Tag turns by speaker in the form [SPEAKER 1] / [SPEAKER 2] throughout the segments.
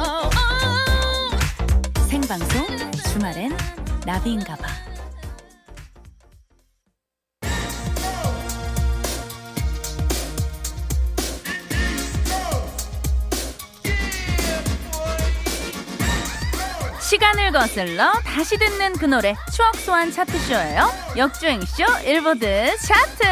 [SPEAKER 1] 어,
[SPEAKER 2] 방송 주말엔 나비인가봐. 시간을 거슬러 다시 듣는 그 노래 추억 소환 차트쇼예요. 역주행쇼 일보드 차트.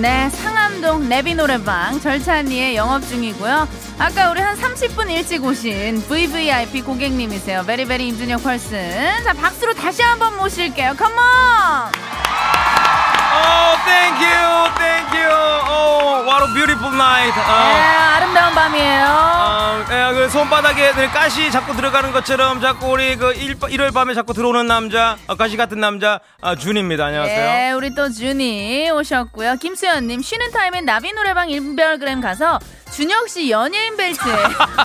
[SPEAKER 2] 네, 상암동 레비 노래방 절찬리에 영업 중이고요. 아까 우리 한 30분 일찍 오신 VVIP 고객님이세요. 베리베리 임준혁 펄슨. 자, 박수로 다시 한번 모실게요. 컴온!
[SPEAKER 3] Oh, thank you, thank you. Oh, what a beautiful night. 어,
[SPEAKER 2] 네, 아름다운 밤이에요.
[SPEAKER 3] 어, 예, 그 손바닥에 늘 가시 자꾸 들어가는 것처럼 자꾸 우리 그 일, 일요일 밤에 자꾸 들어오는 남자, 어, 가시 같은 남자 아, 준입니다. 안녕하세요.
[SPEAKER 2] 네, 우리 또 준이 오셨고요. 김수현님, 쉬는 타임엔 나비 노래방 인별그램 가서 준혁 씨 연예인 벨트,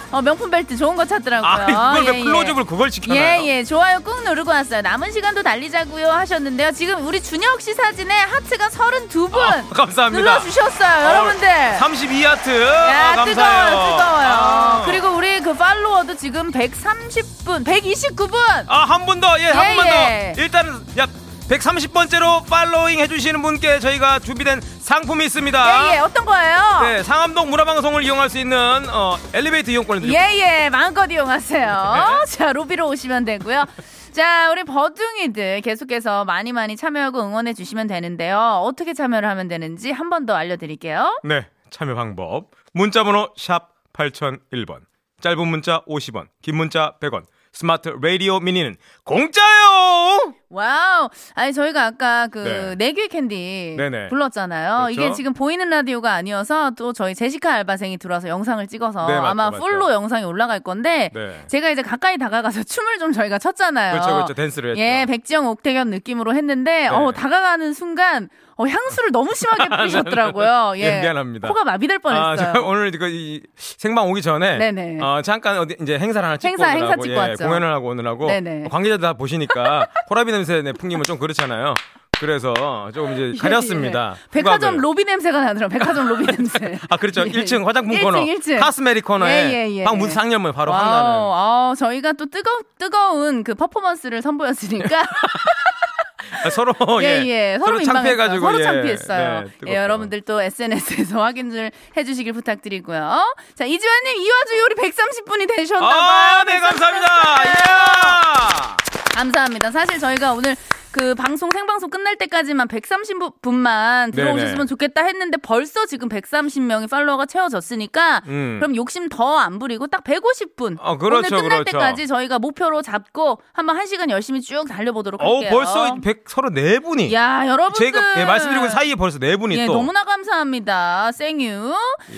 [SPEAKER 2] 어, 명품 벨트 좋은 거 찾더라고요.
[SPEAKER 3] 아, 이걸 왜
[SPEAKER 2] 예, 예.
[SPEAKER 3] 클로즈업을 그걸 시켜놔요?
[SPEAKER 2] 예, 예. 좋아요 꾹 누르고 왔어요. 남은 시간도 달리자고요 하셨는데요. 지금 우리 준혁 씨 사진에 하트가 32분
[SPEAKER 3] 아, 감사합니다.
[SPEAKER 2] 눌러주셨어요. 여러분들.
[SPEAKER 3] 32하트. 어,
[SPEAKER 2] 야,
[SPEAKER 3] 감사해요.
[SPEAKER 2] 뜨거워요, 뜨거워요.
[SPEAKER 3] 아.
[SPEAKER 2] 그리고 우리 그 팔로워도 지금 130분, 129분.
[SPEAKER 3] 아, 한 분 더, 예, 한
[SPEAKER 2] 예,
[SPEAKER 3] 분만
[SPEAKER 2] 예.
[SPEAKER 3] 더. 일단은 약 130번째로 팔로잉 해주시는 분께 저희가 준비된 상품이 있습니다.
[SPEAKER 2] 예, 예. 어떤 거예요?
[SPEAKER 3] 아. 네, 상암동 문화방송을 이용할 수 있는 어, 엘리베이터 이용권을 드립니다.
[SPEAKER 2] 예, 예, 마음껏 이용하세요.
[SPEAKER 3] 네.
[SPEAKER 2] 자, 로비로 오시면 되고요. 자, 우리 버둥이들 계속해서 많이 많이 참여하고 응원해 주시면 되는데요. 어떻게 참여를 하면 되는지 한 번 더 알려드릴게요.
[SPEAKER 3] 네, 참여 방법. 문자 번호 샵 8001번. 짧은 문자 50원, 긴 문자 100원. 스마트 라디오 미니는 공짜요!
[SPEAKER 2] 와우. 아니 저희가 아까 그
[SPEAKER 3] 네.
[SPEAKER 2] 네 개 캔디
[SPEAKER 3] 네네.
[SPEAKER 2] 불렀잖아요.
[SPEAKER 3] 그렇죠?
[SPEAKER 2] 이게 지금 보이는 라디오가 아니어서 또 저희 제시카 알바생이 들어와서 영상을 찍어서
[SPEAKER 3] 네, 맞죠,
[SPEAKER 2] 아마
[SPEAKER 3] 맞죠.
[SPEAKER 2] 풀로 영상이 올라갈 건데
[SPEAKER 3] 네.
[SPEAKER 2] 제가 이제 가까이 다가가서 춤을 좀 저희가 췄잖아요.
[SPEAKER 3] 그렇죠, 그렇죠. 댄스를 했죠.
[SPEAKER 2] 어.
[SPEAKER 3] 네.
[SPEAKER 2] 예, 백지영 옥택연 느낌으로 했는데 어 다가가는 순간 어 향수를 너무 심하게 뿌리셨더라고요. 예.
[SPEAKER 3] 예, 미안합니다.
[SPEAKER 2] 코가 마비될
[SPEAKER 3] 아,
[SPEAKER 2] 뻔했어요.
[SPEAKER 3] 제가 오늘 그 이, 생방 오기 전에
[SPEAKER 2] 네네.
[SPEAKER 3] 어, 잠깐 어디 이제 행사를 하나 찍고
[SPEAKER 2] 행사, 행사
[SPEAKER 3] 오느라고,
[SPEAKER 2] 찍고
[SPEAKER 3] 예,
[SPEAKER 2] 왔죠.
[SPEAKER 3] 공연을 하고 오느라고 어,
[SPEAKER 2] 네네.
[SPEAKER 3] 관계자들 다 보시니까 호라비 냄새 내 풍기면 좀 그렇잖아요. 그래서 조금 이제 가렸습니다.
[SPEAKER 2] 예, 예. 백화점
[SPEAKER 3] 후각을.
[SPEAKER 2] 로비 냄새가 나더라고요. 백화점 로비 냄새.
[SPEAKER 3] 아 그렇죠.
[SPEAKER 2] 예, 예.
[SPEAKER 3] 1층 화장품
[SPEAKER 2] 1층,
[SPEAKER 3] 코너,
[SPEAKER 2] 1층.
[SPEAKER 3] 카스메리 코너에
[SPEAKER 2] 예, 예, 예.
[SPEAKER 3] 방 문상열문 바로
[SPEAKER 2] 와우,
[SPEAKER 3] 한나는
[SPEAKER 2] 아우, 저희가 또 뜨거, 뜨거운 그 퍼포먼스를 선보였으니까.
[SPEAKER 3] 아, 서로
[SPEAKER 2] 예,
[SPEAKER 3] 예,
[SPEAKER 2] 예.
[SPEAKER 3] 서로
[SPEAKER 2] 서로, 민망했어요.
[SPEAKER 3] 창피해가지고
[SPEAKER 2] 서로
[SPEAKER 3] 예,
[SPEAKER 2] 창피했어요.
[SPEAKER 3] 네,
[SPEAKER 2] 예,
[SPEAKER 3] 뜨겁죠.
[SPEAKER 2] 여러분들 또 SNS에서 확인을 해주시길 부탁드리고요. 자, 이지환님, 이 와중에 우리 130분이 되셨나봐요.
[SPEAKER 3] 아, 네 감사합니다. 이야.
[SPEAKER 2] 감사합니다. 사실 저희가 오늘 그 방송 생방송 끝날 때까지만 130분만 들어오셨으면
[SPEAKER 3] 네네.
[SPEAKER 2] 좋겠다 했는데 벌써 지금 130명의 팔로워가 채워졌으니까
[SPEAKER 3] 음.
[SPEAKER 2] 그럼 욕심 더 안 부리고 딱 150분
[SPEAKER 3] 어, 그렇죠,
[SPEAKER 2] 오늘 끝날
[SPEAKER 3] 그렇죠.
[SPEAKER 2] 때까지 저희가 목표로 잡고 한번 한 시간 열심히 쭉 달려보도록
[SPEAKER 3] 어우
[SPEAKER 2] 할게요.
[SPEAKER 3] 예. 벌써 134분이
[SPEAKER 2] 야 여러분들
[SPEAKER 3] 제가 예, 말씀드리고 사이에 벌써 네 분이
[SPEAKER 2] 예,
[SPEAKER 3] 또
[SPEAKER 2] 너무나 감사합니다. 생유.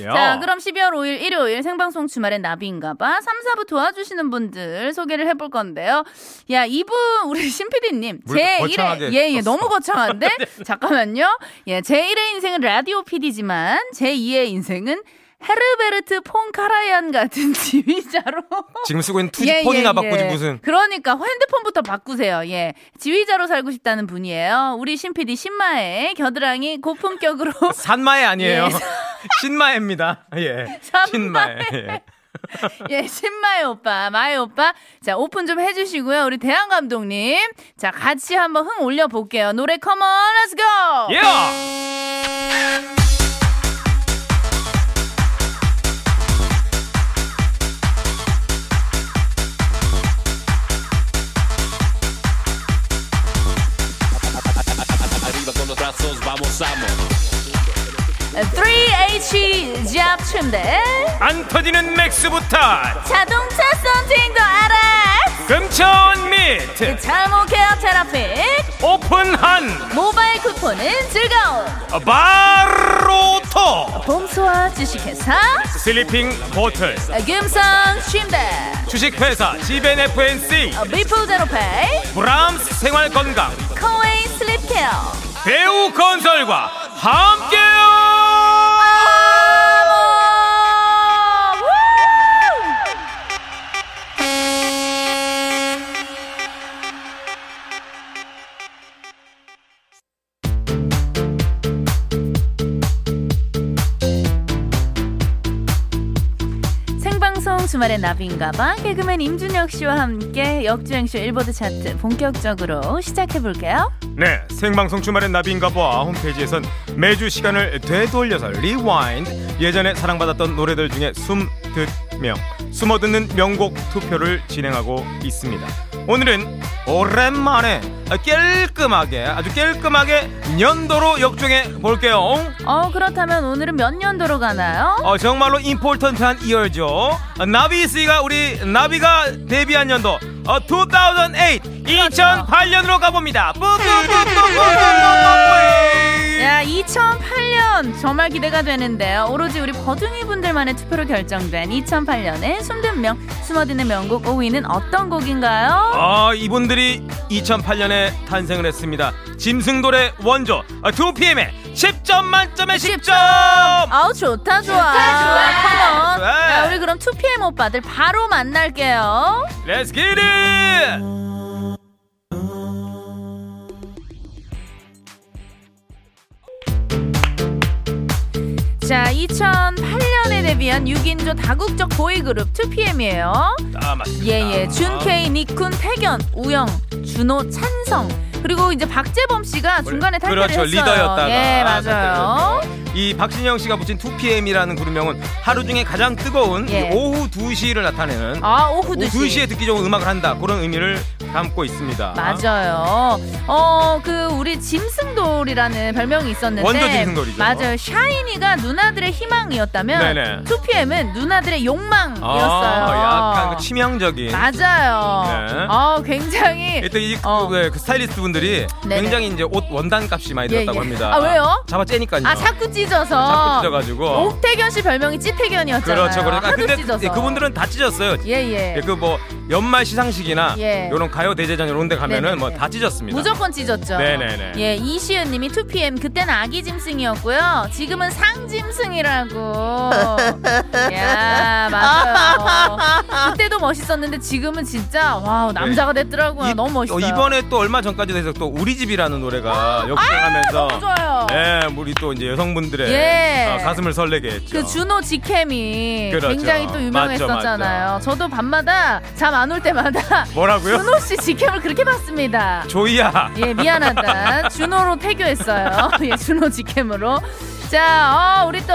[SPEAKER 3] 야.
[SPEAKER 2] 자, 그럼 12월 5일 일요일 생방송 주말엔 나비인가봐. 3, 4부 도와주시는 분들 소개를 해볼 건데요. 야, 이분 우리 신PD님.
[SPEAKER 3] 물-
[SPEAKER 2] 제
[SPEAKER 3] 거창하게
[SPEAKER 2] 1회. 예,
[SPEAKER 3] 썼어. 네.
[SPEAKER 2] 예, 너무 거창한데? 잠깐만요. 예, 제 1의 인생은 라디오 PD지만 제 2의 인생은 헤르베르트 폰 카라얀 같은 지휘자로.
[SPEAKER 3] 지금 쓰고
[SPEAKER 2] 예,
[SPEAKER 3] 있는 투지폰이나 바꾸지 무슨
[SPEAKER 2] 그러니까 핸드폰부터 바꾸세요. 예. 지휘자로 살고 싶다는 분이에요. 우리 신PD 신마의 겨드랑이 고품격으로
[SPEAKER 3] 산마에 아니에요.
[SPEAKER 2] 예.
[SPEAKER 3] 신마입니다. 예.
[SPEAKER 2] 산마에.
[SPEAKER 3] 신마에. 예.
[SPEAKER 2] 예, 신마의 오빠, 마의 오빠. 자, 오픈 좀 해주시고요. 우리 대한 감독님. 자, 같이 한번 흥 올려볼게요. 노래 컴온, 렛츠 고!
[SPEAKER 3] 예.
[SPEAKER 4] Arriba con los brazos, vamos, vamos.
[SPEAKER 2] 3H 잡 춤대.
[SPEAKER 3] 안 터지는 맥스부터
[SPEAKER 2] 자동차 썬팅도 알아.
[SPEAKER 3] 금천 미트
[SPEAKER 2] 잘못 케어 테라픽.
[SPEAKER 3] 오픈한
[SPEAKER 2] 모바일 쿠폰은 즐거운.
[SPEAKER 3] 바로토
[SPEAKER 2] 봄소와 지식회사.
[SPEAKER 3] 슬리핑 호텔
[SPEAKER 2] 금성 침대. 어,
[SPEAKER 3] 주식회사 지벤FNC
[SPEAKER 2] 비포 제로페이.
[SPEAKER 3] 브람스 생활건강
[SPEAKER 2] 코웨이 슬립 케어.
[SPEAKER 3] 배우 건설과 함께요.
[SPEAKER 2] 어, 우! 주말의 나비인가봐 개그맨 임준혁 씨와 함께 역주행쇼 일보드 차트 본격적으로 시작해볼게요.
[SPEAKER 3] 네, 생방송 주말엔 나비인가봐 홈페이지에선 매주 시간을 되돌려서 리와인드 예전에 사랑받았던 노래들 중에 숨듣명 숨어 듣는 명곡 투표를 진행하고 있습니다. 오늘은 오랜만에 깔끔하게 아주 깔끔하게 연도로 역정해 볼게요.
[SPEAKER 2] 어 그렇다면 오늘은 몇 년도로 가나요?
[SPEAKER 3] 어, 정말로 임포턴트한 이열죠. 어, 나비 씨가 우리 나비가 데뷔한 연도 어, 2008, 2008년으로
[SPEAKER 2] 그렇죠.
[SPEAKER 3] 가봅니다. 뿌뿌뿌뿌뿌뿌뿌뿌.
[SPEAKER 2] 야 2008년 정말 기대가 되는데요. 오로지 우리 버둥이 분들만의 투표로 결정된 2008년의 숨든 명 숨어드는 명곡 5위는 어떤 곡인가요?
[SPEAKER 3] 아 이분들이 2008년에 탄생을 했습니다. 짐승돌의 원조 아, 2PM의 10점 만점에 10점.
[SPEAKER 2] 아우 좋다 좋아. 좋다
[SPEAKER 3] 좋아.
[SPEAKER 2] 야, 우리 그럼 2PM 오빠들 바로 만날게요.
[SPEAKER 3] Let's get it.
[SPEAKER 2] 자, 2008년에 데뷔한 6인조 다국적 보이그룹 2PM이에요.
[SPEAKER 3] 아 맞습니다.
[SPEAKER 2] 예예, 준케이, 니쿤, 태견, 우영, 준호, 찬성. 그리고 이제 박재범 씨가 중간에 탈퇴를
[SPEAKER 3] 그렇죠,
[SPEAKER 2] 했어요.
[SPEAKER 3] 리더였다가 네,
[SPEAKER 2] 예, 맞아요.
[SPEAKER 3] 탈퇴를 했죠. 이 박진영 씨가 붙인 2PM이라는 그룹명은 하루 중에 가장 뜨거운
[SPEAKER 2] 예.
[SPEAKER 3] 이 오후 2시를 나타내는
[SPEAKER 2] 아,
[SPEAKER 3] 오후
[SPEAKER 2] 오후 2시.
[SPEAKER 3] 2시에 듣기 좋은 음악을 한다 그런 의미를 담고 있습니다.
[SPEAKER 2] 맞아요. 어, 그 우리 짐승돌이라는 별명이 있었는데
[SPEAKER 3] 원조 짐승돌이죠.
[SPEAKER 2] 맞아요. 샤이니가
[SPEAKER 3] 네네.
[SPEAKER 2] 누나들의 희망이었다면 2PM은 누나들의 욕망이었어요.
[SPEAKER 3] 아, 약간 그 치명적인.
[SPEAKER 2] 맞아요.
[SPEAKER 3] 네.
[SPEAKER 2] 어, 굉장히
[SPEAKER 3] 일단 이,
[SPEAKER 2] 어.
[SPEAKER 3] 그, 그 스타일리스트 분들이
[SPEAKER 2] 네네.
[SPEAKER 3] 굉장히 이제 옷 원단 값이 많이
[SPEAKER 2] 예,
[SPEAKER 3] 들었다고
[SPEAKER 2] 예.
[SPEAKER 3] 합니다.
[SPEAKER 2] 아, 왜요?
[SPEAKER 3] 잡아 째니까요.
[SPEAKER 2] 아 자꾸 찢어서
[SPEAKER 3] 자꾸 찢어가지고.
[SPEAKER 2] 옥태견 씨 별명이 찌태견이었잖아요.
[SPEAKER 3] 그렇죠, 그렇죠. 아,
[SPEAKER 2] 하도
[SPEAKER 3] 근데
[SPEAKER 2] 찢어서.
[SPEAKER 3] 예, 그분들은 다 찢었어요.
[SPEAKER 2] 예예.
[SPEAKER 3] 그 뭐 연말 시상식이나
[SPEAKER 2] 예.
[SPEAKER 3] 이런 가요 대제전 이런 데 가면은
[SPEAKER 2] 네네네.
[SPEAKER 3] 뭐 다 찢었습니다.
[SPEAKER 2] 무조건 찢었죠.
[SPEAKER 3] 네네네.
[SPEAKER 2] 예, 이시은님이 2PM 그때는 아기 짐승이었고요. 지금은 상 짐승이라고. 야 맞아요. 그때도 멋있었는데 지금은 진짜 와 남자가 됐더라고요.
[SPEAKER 3] 네. 이-
[SPEAKER 2] 너무 멋있어요. 아,
[SPEAKER 3] 어, 이번에 또 얼마 전까지도 해서 또 우리 집이라는 노래가 역주행하면서
[SPEAKER 2] 너무 좋아요.
[SPEAKER 3] 예, 우리 또 이제 여성분들의
[SPEAKER 2] 예.
[SPEAKER 3] 어, 가슴을 설레게 했죠.
[SPEAKER 2] 그 준호 지캠이
[SPEAKER 3] 그렇죠.
[SPEAKER 2] 굉장히 또 유명했었잖아요. 저도 밤마다 잠 안 올 때마다
[SPEAKER 3] 뭐라고요?
[SPEAKER 2] 준호 씨 지캠을 그렇게 봤습니다.
[SPEAKER 3] 조이야.
[SPEAKER 2] 예, 미안하다. 준호로 태교했어요. 예, 준호 직캠으로. 자, 어, 우리 또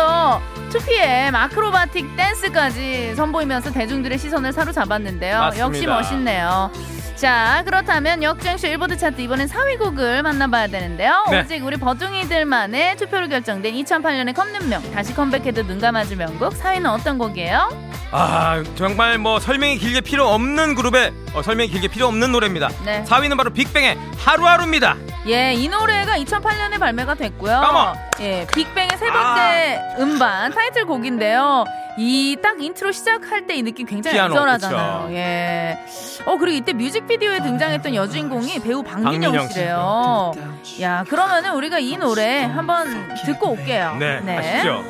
[SPEAKER 2] 2PM 아크로바틱 댄스까지 선보이면서 대중들의 시선을 사로잡았는데요.
[SPEAKER 3] 맞습니다.
[SPEAKER 2] 역시 멋있네요. 자, 그렇다면 역주행쇼 일보드 차트 이번엔 4위 곡을 만나봐야 되는데요.
[SPEAKER 3] 네.
[SPEAKER 2] 오직 우리 버둥이들만의 투표로 결정된 2008년의 컵눈명 다시 컴백해도 눈 감아줄 명곡 4위는 어떤 곡이에요?
[SPEAKER 3] 아 정말 뭐 설명이 길게 필요 없는 그룹의 어, 설명이 길게 필요 없는 노래입니다.
[SPEAKER 2] 네.
[SPEAKER 3] 4위는 바로 빅뱅의 하루하루입니다.
[SPEAKER 2] 예, 이 노래가 2008년에 발매가 됐고요.
[SPEAKER 3] 까마. 아.
[SPEAKER 2] 예, 빅뱅의 세 번째 음반 타이틀 곡인데요. 이 딱 인트로 시작할 때 이 느낌 굉장히
[SPEAKER 3] 피아노,
[SPEAKER 2] 안전하잖아요.
[SPEAKER 3] 그쵸.
[SPEAKER 2] 예. 어 그리고 이때 뮤직비디오에 등장했던 여주인공이 배우 박민영,
[SPEAKER 3] 박민영
[SPEAKER 2] 씨래요. 야, 그러면은 우리가 이 노래 한번 듣고 올게요.
[SPEAKER 3] 네, 아시죠?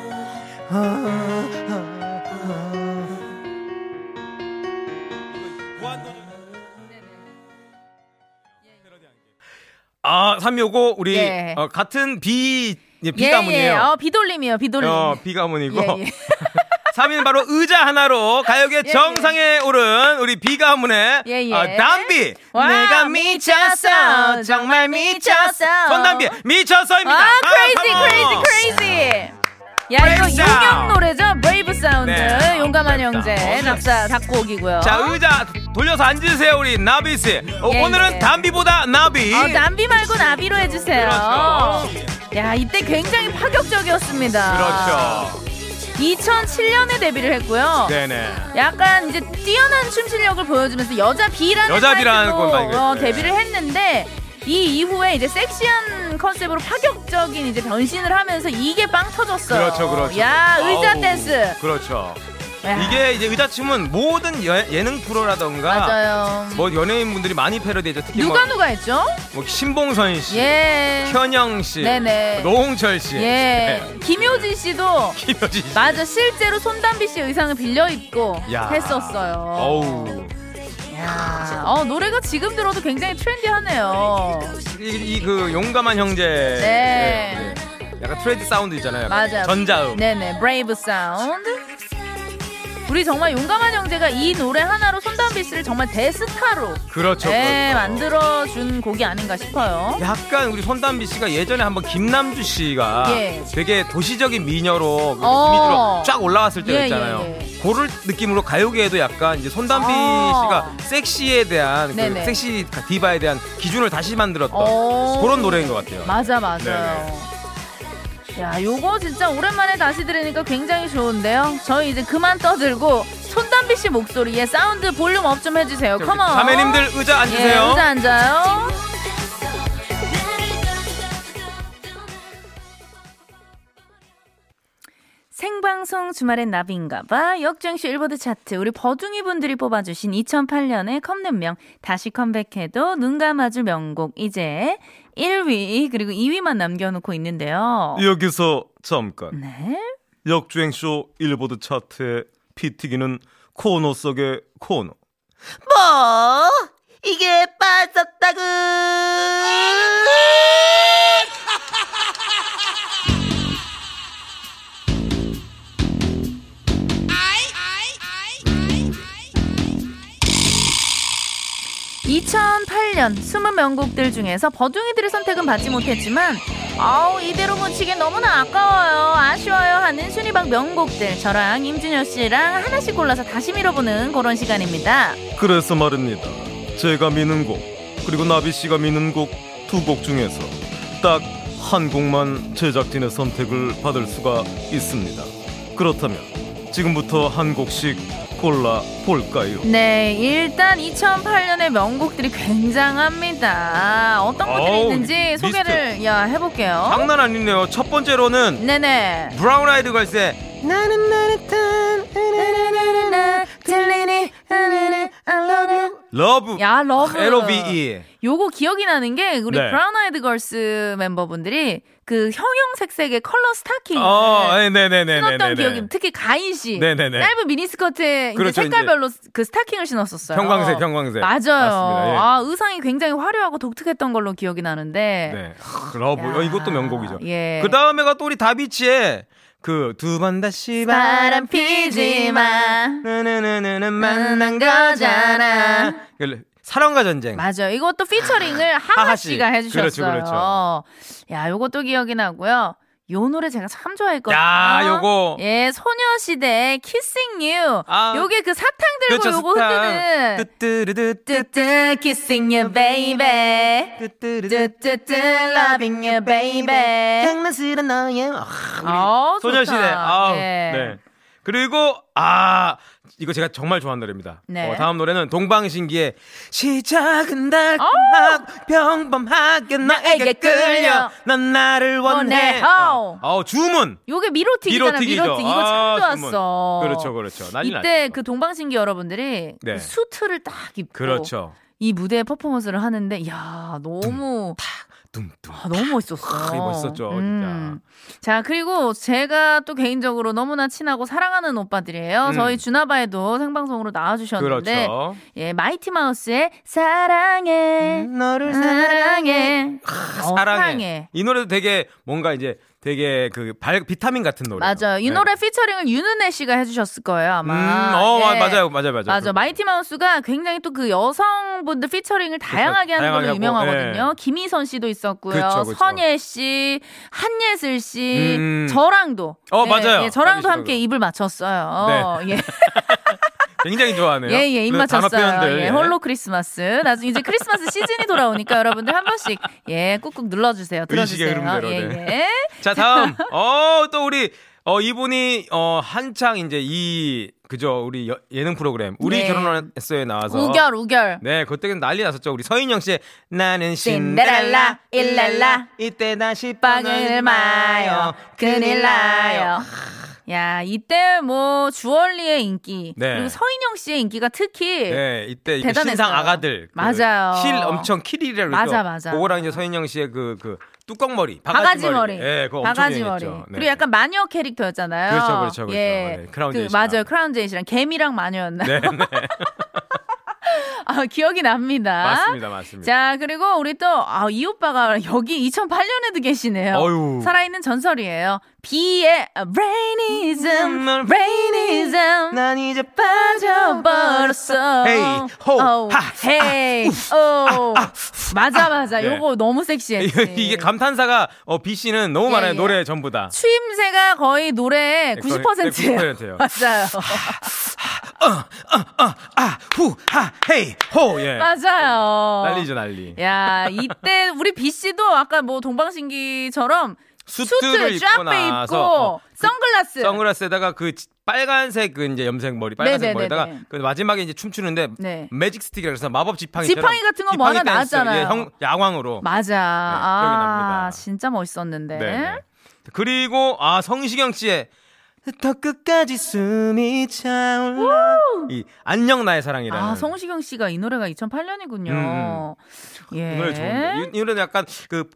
[SPEAKER 3] 아, 365 우리
[SPEAKER 2] 예.
[SPEAKER 3] 어, 같은 비 예,
[SPEAKER 2] 예, 예.
[SPEAKER 3] 비가문이에요.
[SPEAKER 2] 어, 비돌림이에요. 비돌림.
[SPEAKER 3] 어, 비가문이고
[SPEAKER 2] 예, 예.
[SPEAKER 3] 3위는 바로 의자 하나로 가요계
[SPEAKER 2] 예.
[SPEAKER 3] 정상에 오른 우리 비가문의
[SPEAKER 2] 예, 예.
[SPEAKER 3] 어, 담비
[SPEAKER 2] 와,
[SPEAKER 3] 내가 미쳤어 정말 미쳤어
[SPEAKER 2] 미쳤어.
[SPEAKER 3] 전담비 미쳤어입니다
[SPEAKER 2] 아, 크레이지,
[SPEAKER 3] come on.
[SPEAKER 2] 크레이지, 크레이지. 야, 이거
[SPEAKER 3] Brave
[SPEAKER 2] 용역
[SPEAKER 3] Sound.
[SPEAKER 2] 노래죠? 브레이브 사운드.
[SPEAKER 3] 네.
[SPEAKER 2] 용감한
[SPEAKER 3] Brave
[SPEAKER 2] 형제.
[SPEAKER 3] Sound.
[SPEAKER 2] 작사, 작곡이고요. 어,
[SPEAKER 3] 자 의자 돌려서 앉으세요 우리 나비 씨 어,
[SPEAKER 2] 예,
[SPEAKER 3] 오늘은
[SPEAKER 2] 예.
[SPEAKER 3] 담비보다 나비
[SPEAKER 2] 어, 남비 말고 나비로 해주세요.
[SPEAKER 3] 그렇죠.
[SPEAKER 2] 야, 이때 굉장히 파격적이었습니다.
[SPEAKER 3] 그렇죠
[SPEAKER 2] 2007년에 데뷔를 했고요.
[SPEAKER 3] 네네
[SPEAKER 2] 약간 이제 뛰어난 춤 실력을 보여주면서 여자 비라는
[SPEAKER 3] 여자 B라는
[SPEAKER 2] 타이틀로,
[SPEAKER 3] 것만 이거
[SPEAKER 2] 어,
[SPEAKER 3] 있어요.
[SPEAKER 2] 데뷔를 했는데 이 이후에 이제 섹시한 컨셉으로 파격적인 이제 변신을 하면서 이게 빵 터졌어요.
[SPEAKER 3] 그렇죠 그렇죠
[SPEAKER 2] 야 의자
[SPEAKER 3] 아우,
[SPEAKER 2] 댄스.
[SPEAKER 3] 그렇죠
[SPEAKER 2] 야,
[SPEAKER 3] 이게 이제 의자춤은 모든 여- 예능 프로라던가
[SPEAKER 2] 맞아요.
[SPEAKER 3] 뭐 연예인분들이 많이 패러디했죠 특히
[SPEAKER 2] 누가
[SPEAKER 3] 뭐,
[SPEAKER 2] 누가 했죠?
[SPEAKER 3] 뭐 신봉선 씨
[SPEAKER 2] 예.
[SPEAKER 3] 현영 씨,
[SPEAKER 2] 네네.
[SPEAKER 3] 노홍철 씨,
[SPEAKER 2] 예.
[SPEAKER 3] 네.
[SPEAKER 2] 김효진 씨도
[SPEAKER 3] 김효진 씨.
[SPEAKER 2] 맞아 실제로 손담비 씨 의상을 빌려 입고
[SPEAKER 3] 야.
[SPEAKER 2] 했었어요.
[SPEAKER 3] 어우,
[SPEAKER 2] 야. 어 노래가 지금 들어도 굉장히 트렌디하네요.
[SPEAKER 3] 이그 용감한 형제.
[SPEAKER 2] 네.
[SPEAKER 3] 네, 네. 약간 트레드 사운드 있잖아요. 약간
[SPEAKER 2] 맞아요.
[SPEAKER 3] 전자음.
[SPEAKER 2] 네네. 브레이브 사운드. 우리 정말 용감한 형제가 이 노래 하나로 손담비스를 정말 대스타로
[SPEAKER 3] 그렇죠.
[SPEAKER 2] 네,
[SPEAKER 3] 그렇죠.
[SPEAKER 2] 만들어준 곡이 아닌가 싶어요.
[SPEAKER 3] 약간 우리 손담비 씨가 예전에 한번 김남주 씨가
[SPEAKER 2] 예.
[SPEAKER 3] 되게 도시적인 미녀로 그
[SPEAKER 2] 어.
[SPEAKER 3] 이미지로 쫙 올라왔을 때가
[SPEAKER 2] 예,
[SPEAKER 3] 있잖아요.
[SPEAKER 2] 예,
[SPEAKER 3] 그럴 느낌으로 가요계에도 약간 이제 손담비
[SPEAKER 2] 아.
[SPEAKER 3] 씨가 섹시에 대한 그
[SPEAKER 2] 네네.
[SPEAKER 3] 섹시 디바에 대한 기준을 다시 만들었던
[SPEAKER 2] 어.
[SPEAKER 3] 그런 노래인 것 같아요.
[SPEAKER 2] 맞아, 맞아요. 야, 요거 진짜 오랜만에 다시 들으니까 굉장히 좋은데요. 저희 이제 그만 떠들고 손담비 씨 목소리에 사운드 볼륨 업 좀 해주세요. 컴온.
[SPEAKER 3] 자매님들 의자
[SPEAKER 2] 예,
[SPEAKER 3] 앉으세요.
[SPEAKER 2] 혼자 앉아요. 생방송 주말엔 나비인가봐 역정쇼 일보드 차트 우리 버둥이 분들이 뽑아주신 2008년의 컵눈명 다시 컴백해도 눈 감아줄 명곡 이제 1위 그리고 2위만 남겨놓고 있는데요.
[SPEAKER 3] 여기서 잠깐
[SPEAKER 2] 네.
[SPEAKER 3] 역주행쇼 일보드 차트의 피튀기는 코너 속의 코너.
[SPEAKER 5] 뭐 이게 빠졌다고
[SPEAKER 2] 2008년 20명곡들 중에서 버둥이들의 선택은 받지 못했지만 아우 이대로 묻히긴 너무나 아까워요 아쉬워요 하는 순위박 명곡들 저랑 임준혁 씨랑 하나씩 골라서 다시 밀어보는 그런 시간입니다
[SPEAKER 3] 그래서 말입니다. 제가 미는 곡 그리고 나비 씨가 미는 곡 두 곡 중에서 딱 한 곡만 제작진의 선택을 받을 수가 있습니다. 그렇다면 지금부터 한 곡씩 골라 볼까요?
[SPEAKER 2] 네 일단 2008년의 명곡들이 굉장합니다 어떤 것들이
[SPEAKER 3] 아우,
[SPEAKER 2] 있는지
[SPEAKER 3] 리스트.
[SPEAKER 2] 소개를 야 해볼게요
[SPEAKER 3] 장난 아니네요. 첫 번째로는
[SPEAKER 2] 네네
[SPEAKER 3] 브라운 아이드 걸스의
[SPEAKER 5] 나는 나릇한 들리니 I love you
[SPEAKER 3] 러브
[SPEAKER 2] 야 러브
[SPEAKER 3] L.O.V.E.
[SPEAKER 2] 요거 기억이 나는 게 우리
[SPEAKER 3] E. 네.
[SPEAKER 2] 브라운 아이드 걸스 멤버분들이 그 형형색색의 컬러 스타킹을
[SPEAKER 3] 어, 네, 네, 네, 네, 네,
[SPEAKER 2] 신었던
[SPEAKER 3] 네,
[SPEAKER 2] 기억이
[SPEAKER 3] 네.
[SPEAKER 2] 특히 가인 씨
[SPEAKER 3] 네, 네, 네.
[SPEAKER 2] 짧은 미니스커트에 이제
[SPEAKER 3] 그렇죠,
[SPEAKER 2] 색깔별로 그 스타킹을 신었었어요.
[SPEAKER 3] 형광색, 형광색.
[SPEAKER 2] 맞아요.
[SPEAKER 3] 맞습니다. 예.
[SPEAKER 2] 아 의상이 굉장히 화려하고 독특했던 걸로 기억이 나는데
[SPEAKER 3] 네. 러브.
[SPEAKER 2] 야.
[SPEAKER 3] 어, 이것도 명곡이죠.
[SPEAKER 2] 예.
[SPEAKER 3] 그 다음에가 또 우리 다비치의 그 두 번 다시
[SPEAKER 2] 바람 피지 마.
[SPEAKER 3] 나나나나나 만난
[SPEAKER 2] 거잖아.
[SPEAKER 3] 그 사랑과 전쟁.
[SPEAKER 2] 맞아요. 이것도 피처링을 하하
[SPEAKER 3] 하하
[SPEAKER 2] 씨가
[SPEAKER 3] 씨.
[SPEAKER 2] 해주셨어요.
[SPEAKER 3] 그렇죠, 그렇죠.
[SPEAKER 2] 야, 요것도 기억이 나고요. 요 노래 제가 참 좋아했거든요.
[SPEAKER 3] 야, 요거.
[SPEAKER 2] 예, 소녀시대 키싱 유.
[SPEAKER 3] 아.
[SPEAKER 2] 요게 그 사탕 들고
[SPEAKER 3] 그렇죠.
[SPEAKER 2] 요거
[SPEAKER 3] 스타.
[SPEAKER 2] 흔드는
[SPEAKER 3] 뚜뚜르두
[SPEAKER 2] 뚜뚜 키싱 유 베이베.
[SPEAKER 3] 뚜뚜르두.
[SPEAKER 2] 뚜뚜뚜 러빙 유 베이베.
[SPEAKER 5] 장난스런 너의
[SPEAKER 2] 아,
[SPEAKER 3] 소녀시대.
[SPEAKER 2] 좋다.
[SPEAKER 3] 아,
[SPEAKER 2] 예.
[SPEAKER 3] 네. 그리고 아 이거 제가 정말 좋아하는 노래입니다.
[SPEAKER 2] 네.
[SPEAKER 3] 어, 다음 노래는 동방신기의 시작은
[SPEAKER 2] 어!
[SPEAKER 3] 달콤하고 평범하게 나에게 끌려 넌 나를 원해.
[SPEAKER 2] 원해. 어.
[SPEAKER 3] 어, 주문.
[SPEAKER 2] 요게 미로틱이잖아. 미로틱.
[SPEAKER 3] 미로틱이죠.
[SPEAKER 2] 이거
[SPEAKER 3] 아,
[SPEAKER 2] 참
[SPEAKER 3] 주문.
[SPEAKER 2] 좋았어.
[SPEAKER 3] 그렇죠, 그렇죠. 난리
[SPEAKER 2] 이때
[SPEAKER 3] 났죠.
[SPEAKER 2] 그 동방신기 여러분들이
[SPEAKER 3] 네.
[SPEAKER 2] 그 수트를 딱 입고
[SPEAKER 3] 그렇죠.
[SPEAKER 2] 이 무대 퍼포먼스를 하는데 야 너무
[SPEAKER 3] 뚱뚱.
[SPEAKER 2] 아, 너무 멋있었어.
[SPEAKER 3] 크게 멋있었죠,
[SPEAKER 2] 자 그리고 제가 또 개인적으로 너무나 친하고 사랑하는 오빠들이에요.
[SPEAKER 3] 음.
[SPEAKER 2] 저희 주나바에도 생방송으로 나와주셨는데
[SPEAKER 3] 그렇죠.
[SPEAKER 2] 예 마이티 마우스의 사랑해
[SPEAKER 3] 너를
[SPEAKER 2] 사랑해 어,
[SPEAKER 3] 음. 아, 사랑해. 이 노래도 되게 뭔가 이제 되게 그 발, 비타민 같은 노래.
[SPEAKER 2] 맞아요. 이 노래 피처링을 윤은혜 씨가 해주셨을 거예요
[SPEAKER 3] 네. 음,
[SPEAKER 2] 아마.
[SPEAKER 3] 어,
[SPEAKER 2] 예.
[SPEAKER 3] 맞아요, 맞아요, 맞아요.
[SPEAKER 2] 맞아. 마이티 마우스가 굉장히 또 그 여성분들 피처링을 다양하게 하는 걸로
[SPEAKER 3] 다양하게 하고,
[SPEAKER 2] 유명하거든요.
[SPEAKER 3] 예.
[SPEAKER 2] 김희선 씨도 있었고요.
[SPEAKER 3] 그쵸, 그쵸.
[SPEAKER 2] 선예 씨, 한예슬 씨,
[SPEAKER 3] 음.
[SPEAKER 2] 저랑도.
[SPEAKER 3] 어, 맞아요. 네.
[SPEAKER 2] 예, 저랑도
[SPEAKER 3] 저랑도.
[SPEAKER 2] 함께 입을 맞췄어요. 예.
[SPEAKER 3] 굉장히 좋아하네요.
[SPEAKER 2] 예, 예, 입
[SPEAKER 3] 그런 단어
[SPEAKER 2] 맞췄어요.
[SPEAKER 3] 표현들.
[SPEAKER 2] 예, 홀로 크리스마스. 나중에 이제 크리스마스 시즌이 돌아오니까 여러분들 한 번씩 예, 꾹꾹 눌러주세요.
[SPEAKER 3] 의식의
[SPEAKER 2] 들어주세요.
[SPEAKER 3] 흐름대로,
[SPEAKER 2] 예,
[SPEAKER 3] 네.
[SPEAKER 2] 예.
[SPEAKER 3] 자, 다음. 어, 또 우리 어 이분이 어 한창 이제 이 그죠 우리 여- 예능 프로그램 우리
[SPEAKER 2] 네.
[SPEAKER 3] 결혼했어요에 나와서
[SPEAKER 2] 우결, 우결.
[SPEAKER 3] 네, 그때 난리 났었죠. 우리 서인영 씨의 나는
[SPEAKER 2] 신데렐라,
[SPEAKER 3] 신데렐라,
[SPEAKER 2] 일랄라,
[SPEAKER 3] 일랄라, 이때 다시
[SPEAKER 2] 빵을 마요 큰일 나요 야 이때 뭐 주얼리의 인기
[SPEAKER 3] 네.
[SPEAKER 2] 그리고 서인영 씨의 인기가 특히
[SPEAKER 3] 네, 이때 이거
[SPEAKER 2] 대단했어요.
[SPEAKER 3] 신상 아가들. 그
[SPEAKER 2] 맞아요.
[SPEAKER 3] 실 엄청 키리를
[SPEAKER 2] 맞아, 맞아.
[SPEAKER 3] 그거랑 이제 서인영 씨의 그, 그 뚜껑머리. 바가지,
[SPEAKER 2] 바가지 머리,
[SPEAKER 3] 머리. 예, 그거 엄청
[SPEAKER 2] 바가지 머리,
[SPEAKER 3] 유행했죠. 네.
[SPEAKER 2] 그리고 약간 마녀 캐릭터였잖아요.
[SPEAKER 3] 그렇죠, 그렇죠, 그렇죠.
[SPEAKER 2] 예,
[SPEAKER 3] 네, 크라운
[SPEAKER 2] 그,
[SPEAKER 3] 제이씨랑.
[SPEAKER 2] 맞아요, 크라운 제이시랑 개미랑 마녀였나? 요
[SPEAKER 3] 네, 네.
[SPEAKER 2] 아, 기억이 납니다.
[SPEAKER 3] 맞습니다, 맞습니다.
[SPEAKER 2] 자, 그리고 우리 또, 아, 이 오빠가 여기 2008년에도 계시네요.
[SPEAKER 3] 어휴.
[SPEAKER 2] 살아있는 전설이에요. 비의 Rainism, Rainism.
[SPEAKER 5] 난 이제
[SPEAKER 2] 빠져버렸어.
[SPEAKER 3] 헤이, 호,
[SPEAKER 2] 어우,
[SPEAKER 3] 하,
[SPEAKER 2] 헤이, 오. 맞아, 맞아.
[SPEAKER 3] 예.
[SPEAKER 2] 요거 너무 섹시했지.
[SPEAKER 3] 이게 감탄사가 어, B 씨는 너무
[SPEAKER 2] 네. 예,
[SPEAKER 3] 많아요
[SPEAKER 2] 예.
[SPEAKER 3] 노래 전부 다.
[SPEAKER 2] 추임새가 거의
[SPEAKER 3] 네,
[SPEAKER 2] 노래의 90%예요.
[SPEAKER 3] 거의 90% 예요.
[SPEAKER 2] 맞아요. 어,
[SPEAKER 3] 아후하 헤이 호 예.
[SPEAKER 2] 맞아요.
[SPEAKER 3] 난리죠 난리.
[SPEAKER 2] 예. 야, 이때 우리 B 씨도 아까 뭐 동방신기처럼
[SPEAKER 3] 수트를
[SPEAKER 2] 수트
[SPEAKER 3] 입고
[SPEAKER 2] 쫙
[SPEAKER 3] 나서,
[SPEAKER 2] 빼입고
[SPEAKER 3] 어, 그
[SPEAKER 2] 선글라스.
[SPEAKER 3] 선글라스에다가 그 지- 빨간색 그 이제 염색 머리 빨간색
[SPEAKER 2] 네네네네.
[SPEAKER 3] 머리에다가 그 마지막에 이제 춤추는데
[SPEAKER 2] 네.
[SPEAKER 3] 매직 스틱이라 그래서 마법 지팡이 예,
[SPEAKER 2] 지팡이 같은 거뭐 하나 나왔잖아요.
[SPEAKER 3] 형 야광으로
[SPEAKER 2] 맞아.
[SPEAKER 3] 네, 기억이
[SPEAKER 2] 아,
[SPEAKER 3] 납니다.
[SPEAKER 2] 진짜 멋있었는데. 아,
[SPEAKER 3] 네네. 그리고 아 성시경 씨의
[SPEAKER 5] 더 끝까지 숨이 차올라
[SPEAKER 3] 이 안녕 나의 사랑이라는
[SPEAKER 2] 아, 성시경 씨가 이 노래가 2008년이군요.
[SPEAKER 3] 음,
[SPEAKER 2] 예.
[SPEAKER 3] 이 노래 좋은데 이, 이 노래는 약간 그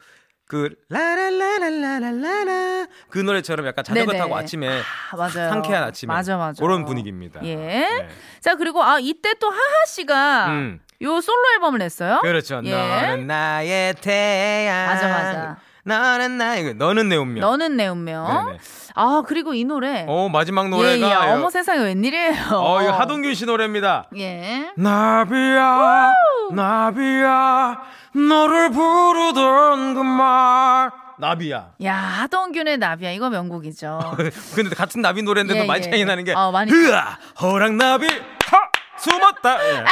[SPEAKER 3] 그,
[SPEAKER 5] 라라라라라라라
[SPEAKER 3] 그 노래처럼 약간 자전거
[SPEAKER 2] 네네.
[SPEAKER 3] 타고 아침에
[SPEAKER 2] 아, 맞아요.
[SPEAKER 3] 상쾌한 아침에
[SPEAKER 2] 맞아, 맞아.
[SPEAKER 3] 그런 분위기입니다.
[SPEAKER 2] 예.
[SPEAKER 3] 네.
[SPEAKER 2] 자, 그리고 아, 이때 또 하하 씨가
[SPEAKER 3] 음.
[SPEAKER 2] 요 솔로 앨범을 냈어요.
[SPEAKER 3] 그렇죠.
[SPEAKER 2] 예.
[SPEAKER 3] 너는 나의 태양.
[SPEAKER 2] 맞아, 맞아.
[SPEAKER 3] 너는 나의 너는 내 운명.
[SPEAKER 2] 너는 내 운명.
[SPEAKER 3] 네네.
[SPEAKER 2] 아, 그리고 이 노래.
[SPEAKER 3] 어 마지막
[SPEAKER 2] 예, 예.
[SPEAKER 3] 노래가
[SPEAKER 2] 어머 세상에 웬일이에요.
[SPEAKER 3] 어, 이거 하동균 씨 노래입니다.
[SPEAKER 2] 예.
[SPEAKER 3] 나비야, 나비야, 너를 부르던 그 말 나비야.
[SPEAKER 2] 야, 하동균의 나비야. 이거 명곡이죠.
[SPEAKER 3] 근데 같은 나비 노래인데도
[SPEAKER 2] 예,
[SPEAKER 3] 많이
[SPEAKER 2] 예.
[SPEAKER 3] 차이 나는 게
[SPEAKER 2] 어, 많이
[SPEAKER 3] 으아 허랑나비 하 숨었다.
[SPEAKER 2] 아,
[SPEAKER 3] 예.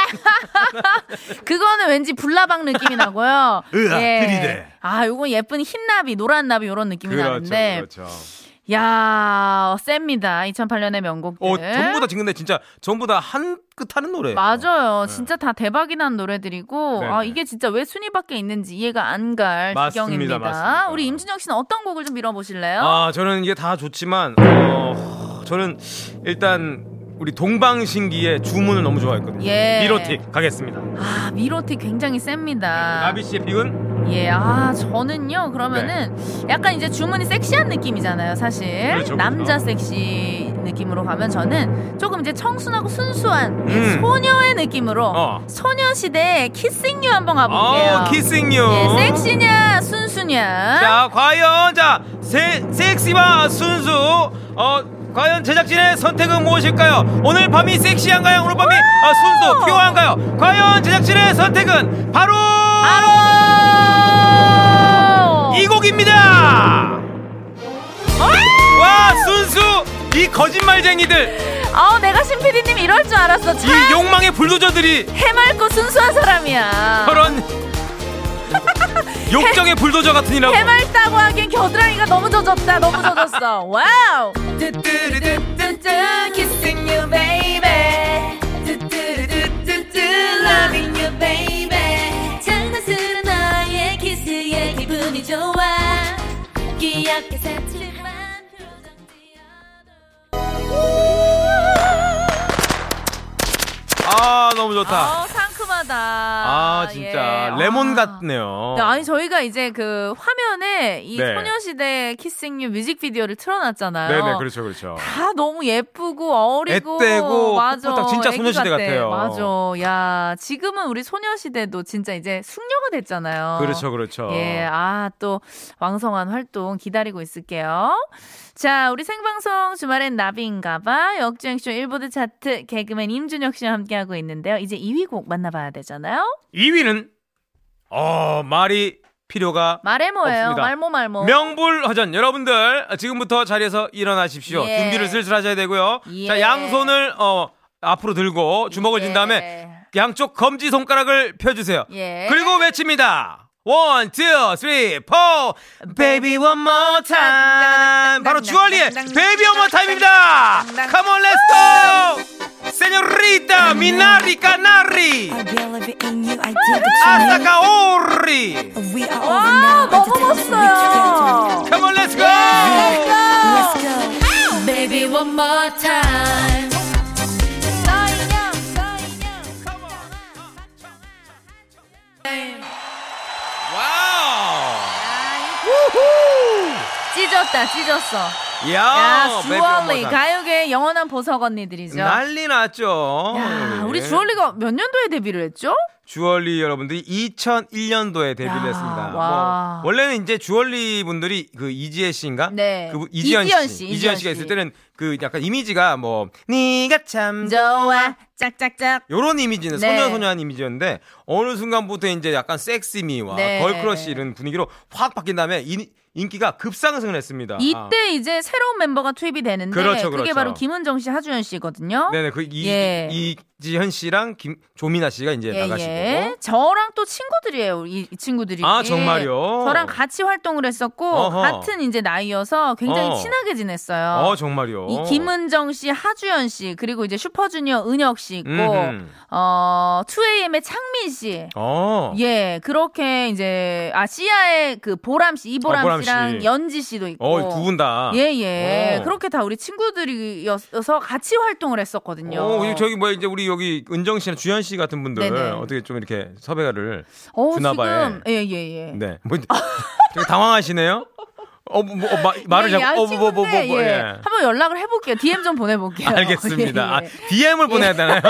[SPEAKER 2] 그거는 왠지 불나방 느낌이 나고요.
[SPEAKER 3] 으아, 들이대.
[SPEAKER 2] 아, 요건 예쁜 흰 나비, 노란 나비 요런 느낌이
[SPEAKER 3] 그렇죠,
[SPEAKER 2] 나는데.
[SPEAKER 3] 그렇죠.
[SPEAKER 2] 야, 셉니다. 2008년의 명곡들.
[SPEAKER 3] 어 전부 다 지금 근데 진짜 전부 다 한 끗 하는 노래.
[SPEAKER 2] 네. 맞아요. 진짜 다 대박이 난 노래들이고
[SPEAKER 3] 네. 네네.
[SPEAKER 2] 아 이게 진짜 왜 순위밖에 있는지 이해가 안 갈
[SPEAKER 3] 맞습니다,
[SPEAKER 2] 지경입니다.
[SPEAKER 3] 맞습니다.
[SPEAKER 2] 우리 임준혁 씨는 어떤 곡을 좀 밀어보실래요?
[SPEAKER 3] 아 저는 이게 다 좋지만 어, 저는 일단 우리 동방신기의 주문을 너무 좋아했거든요.
[SPEAKER 2] 예.
[SPEAKER 3] 미로틱 가겠습니다.
[SPEAKER 2] 아, 미로틱 굉장히 셉니다.
[SPEAKER 3] 나비 씨의 비은
[SPEAKER 2] 예, 아, 저는요, 그러면은 약간 이제 주문이 섹시한 느낌이잖아요, 사실.
[SPEAKER 3] 네. 그렇죠,
[SPEAKER 2] 남자
[SPEAKER 3] 그렇죠.
[SPEAKER 2] 섹시 느낌으로 가면 저는 조금 이제 청순하고 순수한 예,
[SPEAKER 3] 음.
[SPEAKER 2] 소녀의 느낌으로
[SPEAKER 3] 어.
[SPEAKER 2] 소녀시대의 키싱유 한번 가볼게요.
[SPEAKER 3] 어 키싱요.
[SPEAKER 2] 예, 섹시냐, 순수냐.
[SPEAKER 3] 자 과연 자 세, 섹시와 순수 어 과연 제작진의 선택은 무엇일까요? 오늘 밤이 섹시한가요? 오늘 밤이 어, 순수 퓨어한가요? 과연 제작진의 선택은 바로
[SPEAKER 2] 바로!
[SPEAKER 3] 이 곡입니다.
[SPEAKER 2] 아!
[SPEAKER 3] 와 순수 이 거짓말쟁이들
[SPEAKER 2] 어, 내가 신PD님 이럴 줄 알았어. 참
[SPEAKER 3] 이 욕망의 불도저들이
[SPEAKER 2] 해맑고 순수한 사람이야.
[SPEAKER 3] 저런 욕정의 불도저 같으니라고
[SPEAKER 2] 해맑다고 하기엔 겨드랑이가 너무 젖었다 너무 젖었어 와우 kissing you baby loving you baby 장난스러운 너의 키스에 기분이 좋아 귀엽게 새침한 표정
[SPEAKER 3] 아 너무 좋다
[SPEAKER 2] 어, 상큼하다
[SPEAKER 3] 아 진짜
[SPEAKER 2] 예.
[SPEAKER 3] 레몬
[SPEAKER 2] 아.
[SPEAKER 3] 같네요
[SPEAKER 2] 네, 아니 저희가 이제 그 화면에 이
[SPEAKER 3] 네.
[SPEAKER 2] 소녀시대 키싱 유 뮤직비디오를 틀어놨잖아요.
[SPEAKER 3] 네네 그렇죠 그렇죠
[SPEAKER 2] 다 너무 예쁘고 어리고
[SPEAKER 3] 앳되고
[SPEAKER 2] 맞아
[SPEAKER 3] 풋풋하고 진짜
[SPEAKER 2] 애기
[SPEAKER 3] 소녀시대
[SPEAKER 2] 같아.
[SPEAKER 3] 같아요.
[SPEAKER 2] 맞아. 야 지금은 우리 소녀시대도 진짜 이제 숙녀가 됐잖아요.
[SPEAKER 3] 그렇죠 그렇죠
[SPEAKER 2] 예, 아 또 왕성한 활동 기다리고 있을게요. 자, 우리 생방송 주말엔 나비인가봐 역주행쇼 일보드 차트 개그맨 임준혁 씨와 함께하고 있는데요. 이제 2위 곡 만나봐야 되잖아요.
[SPEAKER 3] 2위는 어 말이 필요가
[SPEAKER 2] 말해 뭐예요?
[SPEAKER 3] 없습니다.
[SPEAKER 2] 말모 말모.
[SPEAKER 3] 명불허전 여러분들 지금부터 자리에서 일어나십시오
[SPEAKER 2] 예.
[SPEAKER 3] 준비를 슬슬 하셔야 되고요
[SPEAKER 2] 예.
[SPEAKER 3] 자 양손을 어 앞으로 들고 주먹을 쥔 다음에 양쪽 검지 손가락을 펴주세요
[SPEAKER 2] 예.
[SPEAKER 3] 그리고 외칩니다. 원, 투, 쓰리, 포. Baby one more time. 바로 주얼리의 Baby one more time입니다. Come on, let's go. 세뇨리타 미나리 까나리
[SPEAKER 6] I believe in you. I did
[SPEAKER 3] 아사카 오리.
[SPEAKER 6] it. We are over
[SPEAKER 2] 와
[SPEAKER 6] now.
[SPEAKER 2] 너무 멋있어요.
[SPEAKER 3] Come on, let's go.
[SPEAKER 6] Let's go.
[SPEAKER 2] Baby one more time.
[SPEAKER 3] 와우.
[SPEAKER 2] 찢었다 찢었어. 야,
[SPEAKER 3] 야,
[SPEAKER 2] 주얼리
[SPEAKER 3] 가...
[SPEAKER 2] 가요계의 영원한 보석 언니들이죠.
[SPEAKER 3] 난리 났죠. 예.
[SPEAKER 2] 야,
[SPEAKER 3] 우리.
[SPEAKER 2] 우리 주얼리가 몇 년도에 데뷔를 했죠?
[SPEAKER 3] 주얼리 여러분들이 2001년도에 데뷔를
[SPEAKER 2] 야,
[SPEAKER 3] 했습니다.
[SPEAKER 2] 와.
[SPEAKER 3] 뭐, 원래는 이제 주얼리 분들이 그 이지혜 씨인가?
[SPEAKER 2] 네.
[SPEAKER 3] 그 이지연,
[SPEAKER 2] 이지연 씨,
[SPEAKER 3] 씨.
[SPEAKER 2] 이지연
[SPEAKER 3] 이지연 씨가
[SPEAKER 2] 씨.
[SPEAKER 3] 있을 때는 그 약간 이미지가 뭐 네가 참
[SPEAKER 2] 좋아, 짝짝짝.
[SPEAKER 3] 요런 이미지는
[SPEAKER 2] 네.
[SPEAKER 3] 소녀소녀한 이미지였는데 어느 순간부터 이제 약간 섹시미와
[SPEAKER 2] 네.
[SPEAKER 3] 걸크러쉬 이런 분위기로 확 바뀐 다음에 인, 인기가 급상승을 했습니다.
[SPEAKER 2] 이때 이제 새로운 멤버가 투입이 되는데
[SPEAKER 3] 아. 그렇죠,
[SPEAKER 2] 게
[SPEAKER 3] 그렇죠.
[SPEAKER 2] 바로 김은정 씨, 하주연 씨거든요.
[SPEAKER 3] 네네 그 이,
[SPEAKER 2] 예.
[SPEAKER 3] 이지현 씨랑 김 조민아 씨가 이제
[SPEAKER 2] 예,
[SPEAKER 3] 네, 나가시고
[SPEAKER 2] 예. 저랑 또 친구들이에요. 이, 이 친구들이.
[SPEAKER 3] 아, 정말요?
[SPEAKER 2] 저랑 같이 활동을 했었고
[SPEAKER 3] 어허.
[SPEAKER 2] 같은 이제 나이여서 굉장히
[SPEAKER 3] 어.
[SPEAKER 2] 친하게 지냈어요.
[SPEAKER 3] 어 정말요.
[SPEAKER 2] 이 김은정 씨, 하주연 씨, 그리고 이제 슈퍼주니어 은혁 씨 있고
[SPEAKER 3] 음흠.
[SPEAKER 2] 어 2AM의 창민 씨.
[SPEAKER 3] 어.
[SPEAKER 2] 예, 그렇게 이제 아 시아의 그 보람 씨, 이보람,
[SPEAKER 3] 아, 보람
[SPEAKER 2] 씨랑
[SPEAKER 3] 씨.
[SPEAKER 2] 연지 씨도 있고.
[SPEAKER 3] 어, 두 분 다.
[SPEAKER 2] 예, 예.
[SPEAKER 3] 어.
[SPEAKER 2] 그렇게 다 우리 친구들이어서 같이 활동을 했었거든요.
[SPEAKER 3] 어, 우리 저기 뭐 이제 우리 여기 은정 씨나 주현 씨 같은 분들
[SPEAKER 2] 네네.
[SPEAKER 3] 어떻게 좀 이렇게 섭외를
[SPEAKER 2] 어우,
[SPEAKER 3] 주나봐요.
[SPEAKER 2] 지금 예, 예, 예.
[SPEAKER 3] 네. 뭐 되게 당황하시네요. 어, 뭐, 어, 마- 말을
[SPEAKER 2] 예,
[SPEAKER 3] 잡고 어, 뭐, 뭐, 뭐,
[SPEAKER 2] 예.
[SPEAKER 3] 뭐, 뭐, 예.
[SPEAKER 2] 한번 연락을 해볼게요. DM 좀 보내볼게요.
[SPEAKER 3] 알겠습니다.
[SPEAKER 2] 예, 예.
[SPEAKER 3] 아, DM을 보내야 되나요?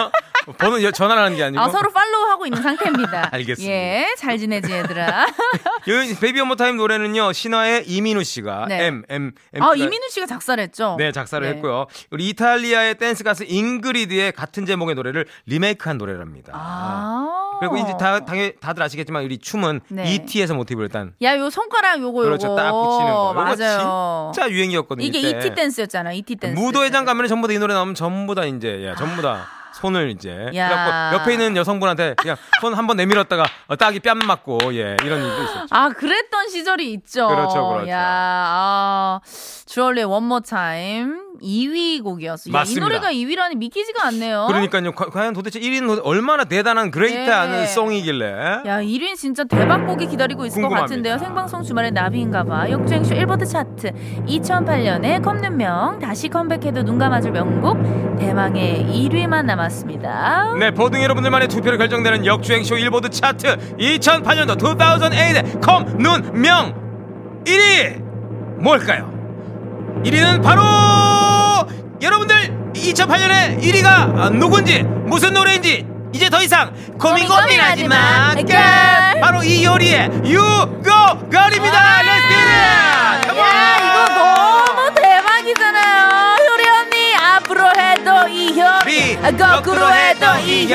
[SPEAKER 3] 번호 여- 전화를 하는 게 아니고.
[SPEAKER 2] 아, 서로 팔로우하고 있는 상태입니다.
[SPEAKER 3] 알겠습니다.
[SPEAKER 2] 예, 잘 지내지 얘들아.
[SPEAKER 3] 요- 베이비 온모 타임 노래는요. 신화의 이민우 씨가
[SPEAKER 2] 네.
[SPEAKER 3] M M M
[SPEAKER 2] 아,
[SPEAKER 3] 씨가
[SPEAKER 2] 이민우 씨가 작사했죠.
[SPEAKER 3] 네, 작사를
[SPEAKER 2] 네.
[SPEAKER 3] 했고요. 우리 이탈리아의 댄스 가수 잉그리드의 같은 제목의 노래를 리메이크한 노래랍니다.
[SPEAKER 2] 아.
[SPEAKER 3] 그리고 이제 다, 당연히 다들 아시겠지만 우리 춤은
[SPEAKER 2] 네.
[SPEAKER 3] ET에서 모티브를 일단
[SPEAKER 2] 야, 요 손가락 요거
[SPEAKER 3] 그렇죠.
[SPEAKER 2] 요거.
[SPEAKER 3] 딱 붙이는 거. 이거
[SPEAKER 2] 맞아요.
[SPEAKER 3] 진짜 유행이었거든요.
[SPEAKER 2] 이게
[SPEAKER 3] 이때.
[SPEAKER 2] ET 댄스였잖아. ET 댄스.
[SPEAKER 3] 무도회장 가면 은 전부 다 이 노래 나오면 전부 다 이제 예, 전부 다 손을 이제
[SPEAKER 2] 야.
[SPEAKER 3] 그래갖고 옆에 있는 여성분한테 그냥 손 한 번 내밀었다가 어, 딱이 뺨 맞고 예 이런 일도 있었죠.
[SPEAKER 2] 아, 그랬던 시절이 있죠.
[SPEAKER 3] 그렇죠, 그렇죠.
[SPEAKER 2] 야, 아, 주얼리의 원모 타임 2위 곡이었어요. 야, 이
[SPEAKER 3] 맞습니다.
[SPEAKER 2] 노래가 2위라니 믿기지가 않네요.
[SPEAKER 3] 그러니까요. 과- 과연 도대체 1인 얼마나 대단한 그레이트한
[SPEAKER 2] 예.
[SPEAKER 3] 송이길래
[SPEAKER 2] 야, 1위는 진짜 대박곡이 기다리고 있을 것
[SPEAKER 3] 궁금합니다.
[SPEAKER 2] 같은데요. 생방송 주말의 나비인가봐. 역주행쇼 1버드 차트. 2008년에 컵눈명. 다시 컴백해도 눈 감아줄 명곡. 대망의 1위만 남았습니다.
[SPEAKER 3] 네, 보등 여러분들만의 투표로 결정되는 역주행쇼 일보드 차트 2008년도 2008의 컴눈명 1위 뭘까요? 1위는 바로 여러분들 2008년에 1위가 누군지 무슨 노래인지 이제 더 이상 고민
[SPEAKER 2] 고민
[SPEAKER 3] 고민하지 마
[SPEAKER 2] 고민하지 마.
[SPEAKER 3] girl. 바로 이효리의 유고 걸입니다 Let's get it! Come
[SPEAKER 2] 아, 네, 야,
[SPEAKER 3] on!
[SPEAKER 2] 이거 너무 대박이잖아요. 효리 언니, 앞으로 해도 이 효리.
[SPEAKER 3] 리,
[SPEAKER 2] 거꾸로
[SPEAKER 3] 거꾸로
[SPEAKER 2] 해도
[SPEAKER 3] 해도
[SPEAKER 2] 이
[SPEAKER 3] 이
[SPEAKER 2] 효리.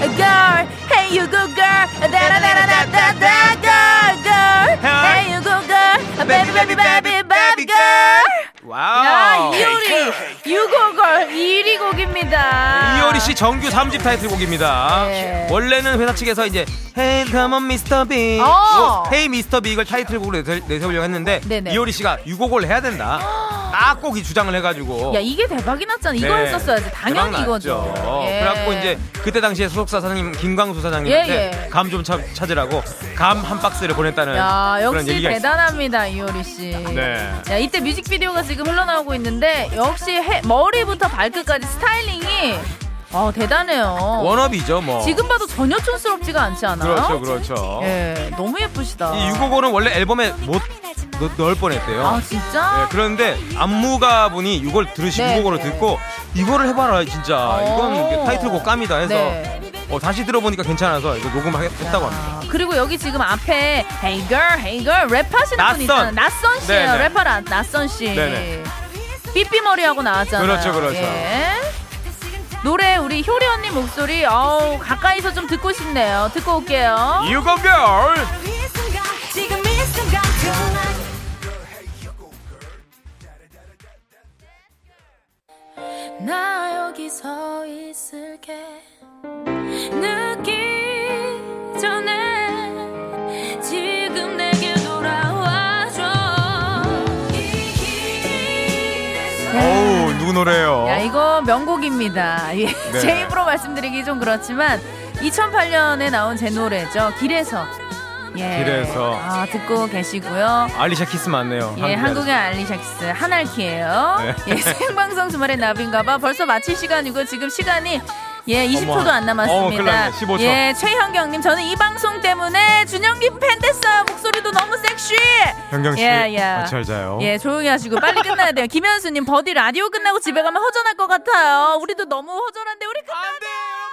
[SPEAKER 3] 효리.
[SPEAKER 2] Girl, hey you good girl. 다라다라다다다, girl, girl. Hey you good girl. Baby, baby, baby, baby girl. 야,
[SPEAKER 3] 와우
[SPEAKER 2] 이효리, 유고걸 1위 곡입니다.
[SPEAKER 3] 이효리 씨 정규 3집 타이틀곡입니다.
[SPEAKER 2] 네.
[SPEAKER 3] 원래는 회사 측에서 이제 Hey Come on Mr. B,
[SPEAKER 2] 어.
[SPEAKER 3] 뭐, Hey Mr. B 이걸 타이틀곡으로 내세- 내세우려고 했는데
[SPEAKER 2] 네네.
[SPEAKER 3] 이효리 씨가 유곡을 해야 된다. 딱 꼭 이 주장을 해가지고.
[SPEAKER 2] 야, 이게 대박이 났잖아. 이거
[SPEAKER 3] 네.
[SPEAKER 2] 했었어야지. 당연히
[SPEAKER 3] 대박
[SPEAKER 2] 이거죠.
[SPEAKER 3] 났죠.
[SPEAKER 2] 예.
[SPEAKER 3] 그래갖고 이제 그때 당시에 소속사 사장님 김광수 사장님한테
[SPEAKER 2] 예, 예.
[SPEAKER 3] 감 좀 찾으라고 감 한 박스를 보냈다는
[SPEAKER 2] 야,
[SPEAKER 3] 네. 그런
[SPEAKER 2] 역시
[SPEAKER 3] 얘기가 있습니다.
[SPEAKER 2] 대단합니다, 이효리 씨.
[SPEAKER 3] 네.
[SPEAKER 2] 야, 이때 뮤직비디오가 지금 흘러나오고 있는데, 역시 해- 머리부터 발끝까지 스타일링이, 어, 대단해요.
[SPEAKER 3] 워너비죠 뭐.
[SPEAKER 2] 지금 봐도 전혀 촌스럽지가 않지 않아요?
[SPEAKER 3] 그렇죠 그렇죠.
[SPEAKER 2] 예, 너무 예쁘시다.
[SPEAKER 3] 이 유곡은 원래 앨범에 못 넣- 넣을 뻔했대요.
[SPEAKER 2] 아, 진짜?
[SPEAKER 3] 예, 그런데 안무가 분이 이걸 들으시
[SPEAKER 2] 네.
[SPEAKER 3] 네. 곡으로 듣고 이거를 해봐라 진짜
[SPEAKER 2] 오.
[SPEAKER 3] 이건 타이틀곡 깜이다 해서
[SPEAKER 2] 네.
[SPEAKER 3] 어, 다시 들어보니까 괜찮아서 이거 녹음했다고 합니다.
[SPEAKER 2] 아, 그리고 여기 지금 앞에 Hey girl, Hey girl 랩하시는 분
[SPEAKER 3] 낯선.
[SPEAKER 2] 있잖아요. 낯선 씨예요.
[SPEAKER 3] 네네.
[SPEAKER 2] 래퍼 나- 낯선 씨.
[SPEAKER 3] 네네.
[SPEAKER 2] 삐삐 머리하고 나왔잖아요.
[SPEAKER 3] 그렇죠, 그렇죠.
[SPEAKER 2] 예. 노래 우리 효리 언니 목소리 어우 가까이서 좀 듣고 싶네요. 듣고 올게요.
[SPEAKER 3] 유고걸
[SPEAKER 6] 이 순간, 지금 이 순간, 그만.
[SPEAKER 1] 나 여기 서 있을게 늦기 전에 지금 내게 돌아와줘 이 길에서
[SPEAKER 3] 어우 누구 노래예요?
[SPEAKER 2] 음. 야 이거 명곡입니다. 예,
[SPEAKER 3] 네.
[SPEAKER 2] 제 입으로 말씀드리기 좀 그렇지만 2008년에 나온 제 노래죠. 길에서. 예.
[SPEAKER 3] 길에서.
[SPEAKER 2] 아 듣고 계시고요.
[SPEAKER 3] 알리샤 키스 맞네요.
[SPEAKER 2] 예, 한국의 알리샥스 한알키예요.
[SPEAKER 3] 네.
[SPEAKER 2] 예, 생방송 주말의 나비인가봐. 벌써 마칠 시간이고 지금 시간이 예, 20초도
[SPEAKER 3] 어머.
[SPEAKER 2] 안 남았습니다.
[SPEAKER 3] 어머, 큰일 났네. 15초.
[SPEAKER 2] 예, 최현경님 저는 이 방송 때문에 준영님 팬 됐어요. 목소리도 너무 섹시.
[SPEAKER 3] 현경 씨,
[SPEAKER 2] 예, 예.
[SPEAKER 3] 같이 잘 자요.
[SPEAKER 2] 예, 조용히 하시고 빨리 끝나야 돼요. 김현수님 버디 라디오 끝나고 집에 가면 허전할 것 같아요. 우리도 너무 허전한데 우리 끝나.
[SPEAKER 3] 안 돼요.